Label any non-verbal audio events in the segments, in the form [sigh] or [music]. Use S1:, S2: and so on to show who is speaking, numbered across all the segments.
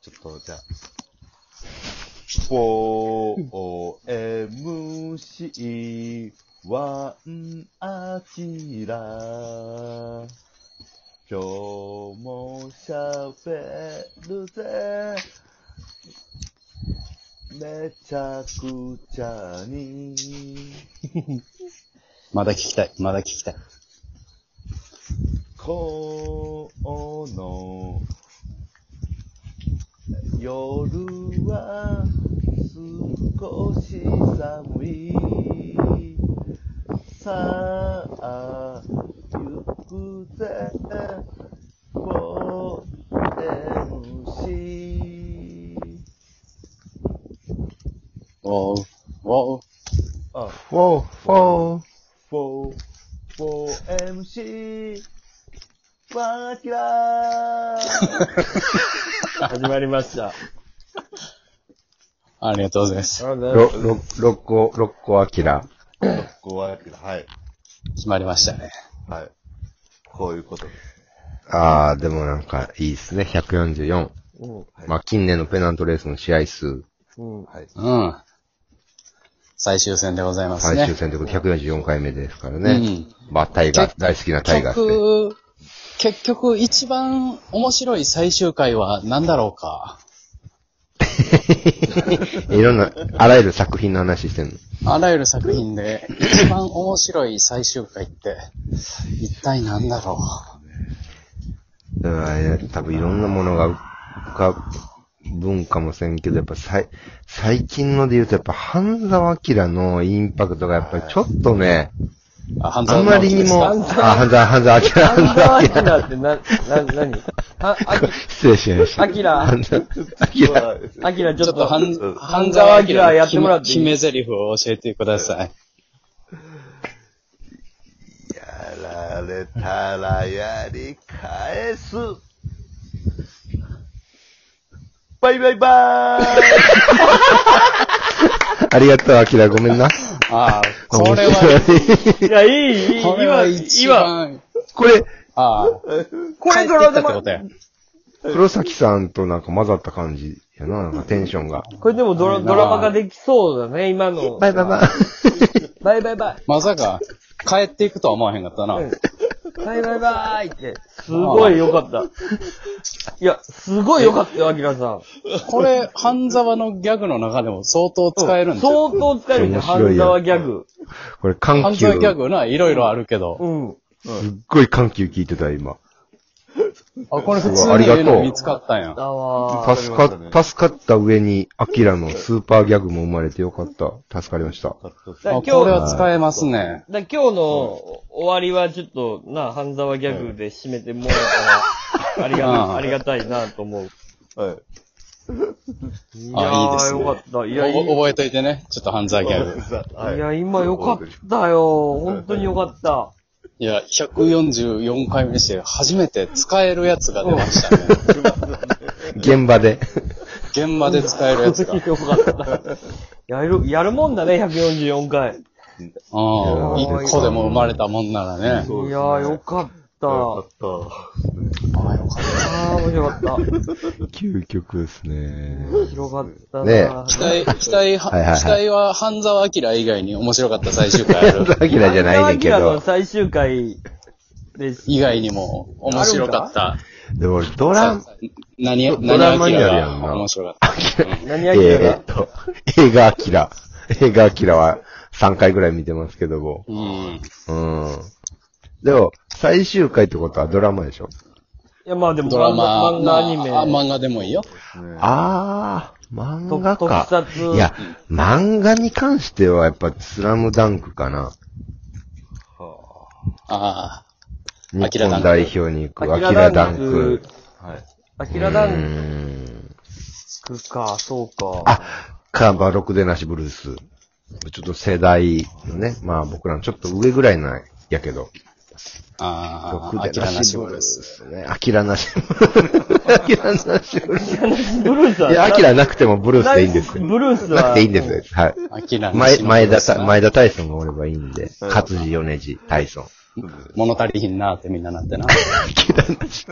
S1: ちょっと、じゃあ。OMC1 アキラ今日も喋るぜめちゃくちゃに
S2: まだ聞きたい。まだ聞きたい。
S1: この夜は少し寒いさあ行くぜ 4MC
S2: おう、おう、
S1: あ
S3: フォー、フォー。
S1: 4 4MC ワーキラー
S3: 始まりました。
S2: ありがとうございます。
S3: ろ
S4: ろ、ろ、六個、六個アキラ。
S1: ごワーキラーはい
S2: 決まりましたね。
S1: はいこういうことです
S4: あー、でもなんか、いいっすね。144。
S3: うん、
S1: はい
S4: まあ、近年のペナントレースの試合数、
S3: うん。
S1: はい
S2: うん。最終戦でございますね。
S4: 最終戦ということで144回目ですからね。まあ、タイガー、大好きなタイガー
S2: 結
S4: スで。
S2: 局、結局一番面白い最終回は何だろうか。
S4: いろんな、あらゆる作品の話してんの。
S2: あらゆる作品で一番面白い最終回って一体何だろ
S4: うん、多分いろんなものが浮かぶんかもせんけど、やっぱ最、最近ので言うと、やっぱ、半沢明のインパクトがやっぱりちょっとね、
S2: う。あ、半
S4: あんまりにも、あ、
S3: 半
S4: 半沢、半沢明、半
S3: 半
S4: 沢
S3: 沢アキラってな、な、なには、 [laughs] あき、
S4: 失礼しました。
S3: アキラ
S4: 半沢明。
S3: アキラち
S2: ちょっ
S3: ょっ
S2: と
S3: と、
S2: 半
S1: うん
S2: 半沢明
S3: 半沢明やってもら
S2: の
S3: っていい
S2: 決め台詞を教えてください。
S1: やられたらやり返す。バイバイバーイ
S4: ありがとう、アキラ。ごめんな。
S2: ああ、これは、
S4: は。
S3: いや、いい、いい、
S2: これは
S3: 今、
S2: 一
S3: 今、
S2: 番、
S4: これ、
S2: ああ、
S3: これ
S2: 帰って
S3: ドラ
S2: きた
S3: で
S2: ってこ
S3: も
S2: と、や。
S4: 黒崎さんとなんか混ざった感じやな、なんかテンションが。
S3: これでもドラ、ドラマができそうだね、今の。
S4: バイバイバイ。
S3: バイバイバイ。
S2: まさか、帰っていくとは思わへんかったな。
S3: バイバイバイって、すごい良か
S2: [laughs]
S3: った。いや、すごい良かったよ、アキラさん。
S2: これ、半沢のギャグの中でも相当使えるんですよ。
S3: 相当使えるんだよ、
S4: 面白
S3: 半
S4: いよ
S3: 沢ギャグ。
S4: [laughs] これ、緩
S2: 半
S4: 急、
S2: 沢
S4: す
S2: ギャグな、いろいろあるけど。
S3: うん。
S4: っごい緩急聞いてた、今。
S2: あ、これ普
S4: すごいあ
S2: 通
S4: り
S2: にい
S4: がとう
S2: いの見つかったんや。
S3: だわー。
S4: 助かっ、助かった上に、アキラのスーパーギャグも生まれてよかった。助かりました。
S3: だから
S2: あ、
S3: 今
S2: こ
S3: 日
S2: れは使えますね。
S3: だから今日の終わりはちょっと、な、半沢ギャグで締めてもらえた
S2: [laughs]
S3: ら、あり
S2: うん
S3: が、ありがたいなと思う。
S1: はい
S2: あいいで
S3: い
S2: すね
S3: よかった。いや、い
S2: お
S3: い
S2: 覚えといてね。ちょっと半沢ギャグ。
S3: いや今よかったよ。本当によかった。
S2: いや、144回目にして、初めて使えるやつが出ましたね。
S4: 現場で。
S2: 現場で使えるや
S4: [laughs]
S2: つが。うん。
S3: よかった。 [laughs] やる、やるもんだね、144回。い
S2: 一個でも生まれたもんならね。
S1: そうですね
S3: やー、よかった。
S1: よかっ
S3: あー、面白かった。
S4: 究極です
S3: [laughs]
S4: ね。
S3: 広がったな。
S4: ね
S2: 期待、期待は、
S4: はいはいはい
S2: 期待は半沢明以外に面白かった最終回あ
S4: [laughs]
S2: る。
S4: アキラじゃないねんけ
S3: アキラの
S4: ど。
S3: 最終回です。
S2: 以外にも面白かった。
S4: でも、ドラ、
S2: 何、何
S4: ドラマに
S2: 明
S4: なるやんな
S2: が面白かった。
S3: 何
S4: え
S3: アキラ
S4: ーっ
S3: が
S4: と、映画アキラ。映画アキラは3回ぐらい見てますけども。
S2: うん。
S4: うん。でも、最終回ってことはドラマでしょ
S3: いや、まあでも、
S2: ドラマ、
S3: 漫画アニメ。
S2: まああ漫画でもいいよ。
S4: ああ、漫画
S3: と
S4: か。
S3: 特撮
S4: いや、漫画に関してはやっぱスラムダンクかな。
S2: あアキ
S4: 日
S2: ラダン
S4: 本
S2: ク
S4: 代表に行く、ア
S3: ア
S4: キ
S3: キ
S4: ラ
S3: ラ
S4: ダ
S3: ダ
S4: ン
S3: ン
S4: ク
S3: ク。。
S1: はい。
S3: ア
S4: う
S3: キラダン
S4: ーん。
S3: クか、そうか。
S4: あ、カバロクデナシブルース。ちょっと世代のね、まあ僕らのちょっと上ぐらいなんやけど。
S2: あ、あ
S4: ロ
S2: あ、
S4: ク
S2: ア
S4: デ
S2: キ
S4: ナ
S2: ラナ
S4: シ
S2: シ
S4: ブ
S2: ブ
S4: ル
S2: ル
S4: ー
S2: ース。
S4: スね。アキラナシブルース。アキラナシブルー
S3: ブルース
S4: ス。
S3: はい
S4: や、アキラなくてもブルースでいいんですよ。
S3: ブルース
S4: なく
S3: は
S4: ていいんですよ。はい。
S2: アキラナシブル
S4: 前、前
S2: ー
S4: 田
S2: スな
S4: た、前田大孫がおればいいんで。勝地、米地、大孫。
S2: 物足りひんなってみんななってな。あ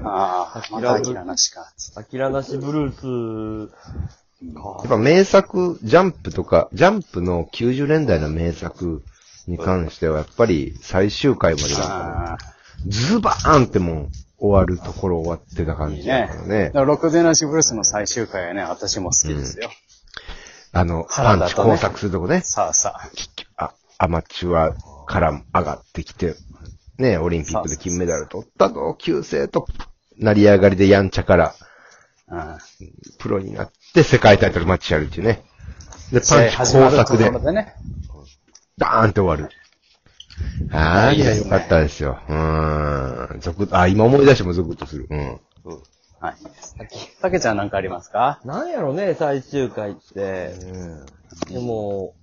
S2: あ、また諦なしか。
S3: アキラなしブルース
S4: や
S3: か
S4: っ。ぱ名作、ジャンプとか、ジャンプの90年代の名作に関しては、やっぱり最終回までだから、
S2: あ
S4: ズバーンってもう終わるところ終わってた感
S2: あ、い
S4: じ
S2: い
S4: だ
S2: ね
S4: から。
S2: だ
S4: ね。
S2: からロックデナシブルースの最終回はね、私も好きですよ。
S4: あの、
S2: 原
S4: パン
S2: 田
S4: チ
S2: とね
S4: 工作するとこね。
S2: さあさあ。
S4: あ、アマチュアから上がってきて、ね、オリンピックで金メダル取ったぞ、旧姓と、成り上がりでやんちゃから、
S2: うん。
S4: プロになって世界タイトルマッチやるっていうね。で、
S2: 試
S4: パン
S2: 合
S4: チ
S2: 始ま
S4: 工
S2: るとこ
S4: 作で
S2: ろ、でね。
S4: ダーンって終わる。ああ、
S2: い
S4: い
S2: や
S4: や、
S2: いいです
S4: よ
S2: ね
S4: かったですよ。うーん。ゾクッあ、今思い出してもゾクッとする。うん。
S2: はい。たけちゃんなんかありますか
S3: なんやろね、最終回って。でも、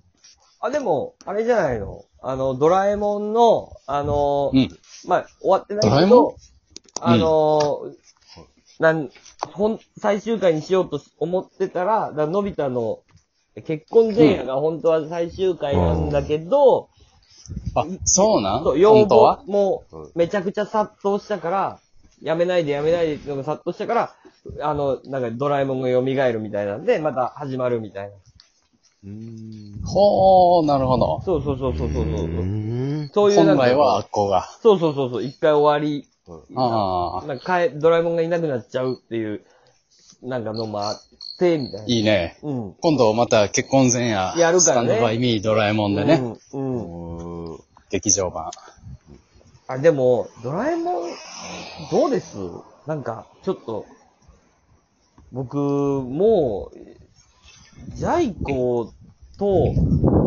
S3: あ、でも、あれじゃないの。あの、ドラえもんの、あの、
S2: うん。
S3: まあ、終わってない
S2: ドラえも
S3: け
S2: ん
S3: ど、あの、なん、ほん、最終回にしようと思ってたら、だのび太の結婚前夜が本当は最終回なんだけど、
S2: あ、そうなん
S3: そう要
S2: 本当
S3: 望
S2: は
S3: もめちゃくちゃ殺到したから、やめないでやめないでっていうのが殺到したから、あの、なんかドラえもんが蘇るみたいなんで、また始まるみたいな。
S2: ほー、なるほど。
S3: そうそうそうそうそうそうう。
S4: ーん。
S3: そういうな
S2: 本
S3: んか
S2: 来はあっこが。
S3: そうそうそうそう、一回終わり、
S2: ああ、
S3: なんか帰ドラえもんがいなくなっちゃうっていう、なんかのもあって、みたいな。
S2: いいね。
S3: うん。
S2: 今度また結婚前夜、
S3: やる
S2: ス
S3: か
S2: タ
S3: ら
S2: ン
S3: ね
S2: ドバイミードラえもんでね、
S3: うん。うん。
S2: 劇場版。
S3: あ、でも、ドラえもん、どうですなんか、ちょっと、僕、もう、ジャイ子と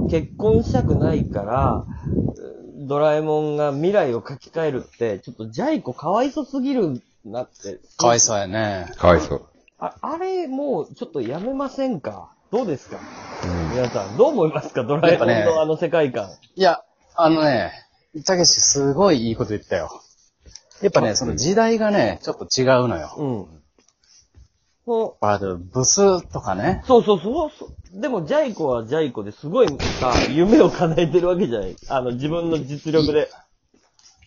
S3: 結婚したくないから、ドラえもんが未来を書き換えるって、ちょっとジャイ子かわいそすぎるなって。
S2: かわいそうやね。
S4: かわいそう。
S3: あ、あれ、もう、ちょっとやめませんかどうですか、皆さん、どう思いますかドラえもん
S2: やっぱね
S3: のあの世界観。
S2: いや、あのね、たけしすごいいいこと言ったよ。やっぱね、その時代がね、ちょっと違うのよ。
S3: うん。そう、
S2: あの、ブスとかね。
S3: そうそうそうそう。でも、ジャイ子はジャイ子ですごいさ、夢を叶えてるわけじゃない。あの、自分の実力で。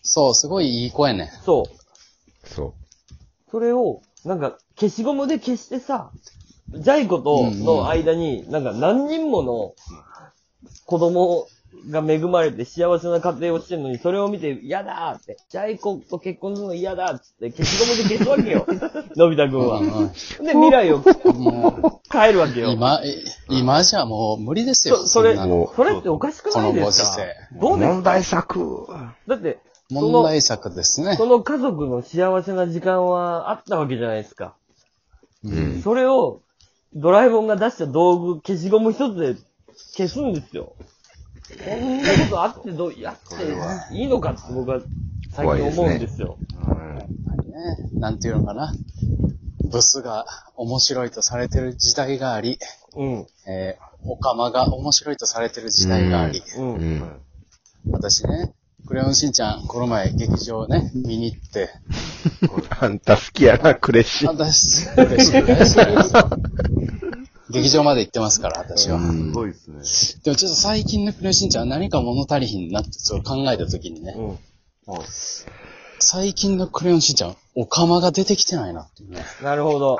S2: そう、すごいいい子やね。
S3: そう。
S4: そ
S3: それを、なんか、消しゴムで消してさ、ジャイ子との間に、なんか何人もの子供が恵まれて幸せな家庭をしてるのに、それを見て、嫌だーって、ジャイ子と結婚するの嫌だーっつって、消しゴムで消すわ
S2: [laughs]
S3: けよ。のび太くんは。で、未来を
S2: も
S3: 変えるわけ
S2: う、
S3: よ。
S2: 今、え今じゃもう無理ですよ。
S3: そ、それ、
S2: んなの
S4: も
S3: それっておかしくないですか
S2: この
S3: ど
S4: う。
S3: うです
S4: 問題作。
S3: だって、そ
S2: 問
S3: の、
S2: 題作ですね
S3: そ。の家族の幸せな時間はあったわけじゃないですか。
S4: うん。
S3: それを、ドラえもんが出した道具、消しゴム一つで消すんですよ。こんなことあってどう、やっていいのかって僕は最近思うんですよ。
S2: ね、なんていうのかな。ブスが面白いとされてる時代があり、
S3: うん、
S2: えー、オカマが面白いとされてる時代があり、
S3: う、
S4: うんん。
S2: 私ね、クレヨンしんちゃん、この前劇場ね、見に行って、
S4: [laughs] あんた好きやな、クレシ。
S2: 私、嬉しいですね。劇場まで行ってますから、私は。
S1: すごいですね。
S2: でもちょっと最近のクレヨンしんちゃんは何か物足りひんなって、そう考えた時にね、
S3: うん。
S2: 最近のクレヨンしんちゃん、オカマが出てきてないなっていうね。
S3: なるほど。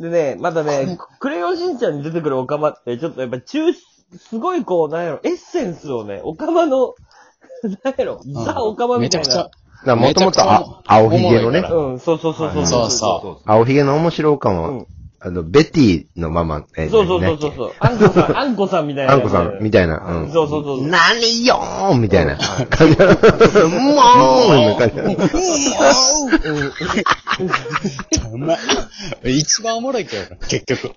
S3: でね、またね、クレヨンしんちゃんに出てくるオカマって、ちょっとやっぱ中、すごいこう、なんやろ、エッセンスをね、オカマの、 [laughs] なんやろ、ザ・オカマみたいな。
S2: めちゃくちゃ。
S4: だもともと青ひげのね、
S3: うん、そうそうそうそう。
S2: そうそ
S4: 青ひげの面白おか
S3: う
S4: も
S3: ん、
S4: あの、ベティのママ、え
S3: そうそうそうそうそう。あんこさん、あんこさんみたいな。
S4: あんこさんみ
S3: た
S4: たいな。うん。
S3: そうそうそう。
S4: 何よーんみたいな感じ。も [laughs] ーんみたいな感じ。
S2: う。うまい。一番おもろいけどな、結局。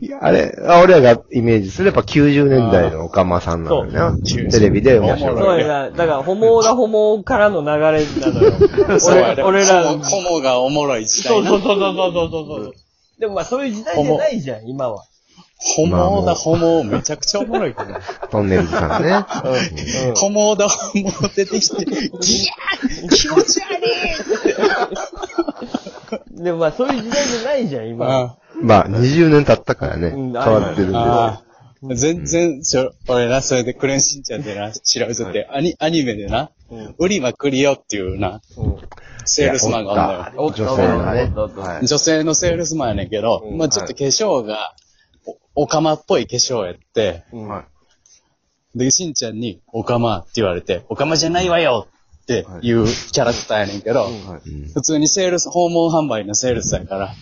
S4: いやあれ、俺らがイメージすれば90年代のおかまさんなのよな。
S2: そう
S4: テレビで面白い。
S3: そうやな。だから、ホモだホモからの流れなのよ。
S2: [laughs]
S3: 俺俺ら
S2: コモコモがおもろい時代
S3: そう
S2: な
S3: そうそうそうそうそうそう。でもまあ、そういう時代じゃないじゃん、今は。
S2: ホモーだホモーめちゃくちゃおもろいけどな。
S4: トンネルズさんね。
S2: ホモーだホモー出てきて、ギャー気持ち悪い
S3: でもまあ、そういう時代じゃないじゃん、今は。
S2: あ
S4: まあ、20年経ったからね、
S3: う
S4: 変
S3: ん
S4: わってるんで。
S2: あ、全然、ちょ、俺な、それでクレヨンしんちゃんでな、調べとって、アニ、アニメでな、ウリマクリオっていうな、
S3: うん。
S2: セールスマンがおんのよ。
S3: おっと
S4: 女性のね
S3: おっとおっとおっと
S1: はい
S2: 女性のセールスマンやねんけど、
S3: うん
S2: まあちょっと化粧が、お、オカマっぽい化粧やって、
S3: うん
S1: はい。
S2: で、しんちゃんに、オカマって言われて、オカマじゃないわよっていうキャラクターやねんけど、
S1: はい。
S4: うん
S2: 普通にセールス、訪問販売のセールスやから、
S1: は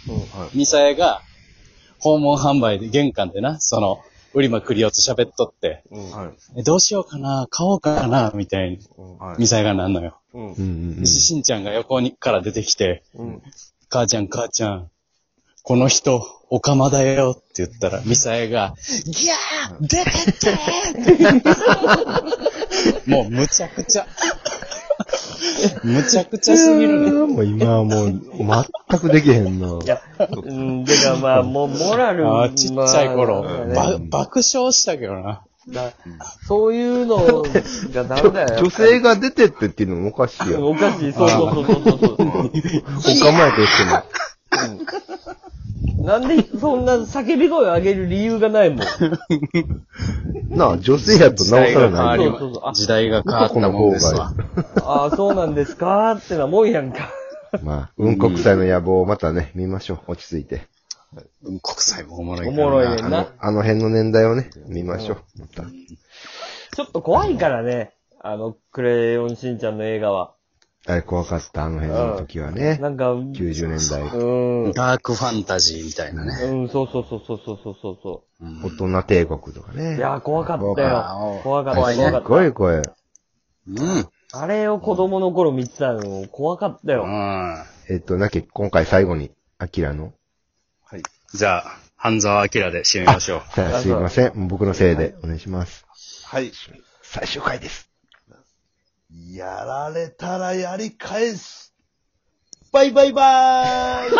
S1: い。
S2: ミサエが、訪問販売で玄関でな、その、ウリマクリオと喋っとって、
S3: うん
S1: はい。
S2: えどうしようかな、買おうかな、みたいに、
S1: はい。
S2: ミサエがなんのよ。
S3: うん
S4: う。んうん
S2: ししんちゃんが横にから出てきて、
S3: うん。
S2: 母ちゃん、母ちゃん、この人、オカマだよって言ったら、ミサエが、ギャー出てってもう、むちゃくちゃ。むちゃくちゃすぎるね。
S4: もう今はもう全くできへんな。
S3: いや、うん、でかまあ、もう、モラル
S2: あーちっちゃい頃、
S3: まあね
S2: ば爆笑したけどな。
S3: だそういうのがダメだよ。
S4: 女性が出てってっていうのもおかしい
S3: うん
S4: よ。
S3: おかしい、そうそうそうそうそう
S2: [laughs]
S4: お構えてしても。
S3: うん。なんで、そんな叫び声を上げる理由がない
S2: [laughs]
S3: もん。そう
S4: なあ、女性やとなおさらない
S3: そ
S4: よ。
S3: うそう。あ
S2: 時代が変わったもんですわ。
S3: あー、そうなんですかーってなもんやんか。
S4: まあ、うんこ臭いの野望をまたね、見ましょう。落ち着いて。
S2: うん、国際もおもろい
S3: お
S2: から
S3: もろいね
S4: あ
S3: んな
S4: の。、あの辺の年代をね、見ましょう。また。
S3: ちょっと怖いからね。あの、クレヨンしんちゃんの映画は。
S4: あれ怖かった、あの辺の時はね。
S3: なんか、うん。う
S4: 90年代。
S3: ん。うん、
S2: ダークファンタジーみたいなね。
S3: そうそうそうそうそうそうそうそ
S4: 大人帝国とかね。
S3: う。いやー、怖かったよ。怖
S2: 怖
S3: か
S2: かった怖
S3: った、
S2: いね
S3: 怖
S4: す
S3: か
S4: っ
S3: った。
S4: ごい声。
S2: うん。
S3: あれを子供の頃見てたの、怖かったよ。
S2: うん。
S4: えっと、なき、今回最後に、アキラの。
S2: じゃあ、半沢明で締めましょう。
S4: さあ、すいません。もう僕のせいで、お願いします。
S1: はい。
S4: 最終回です。
S1: やられたらやり返す。バイバイバーイ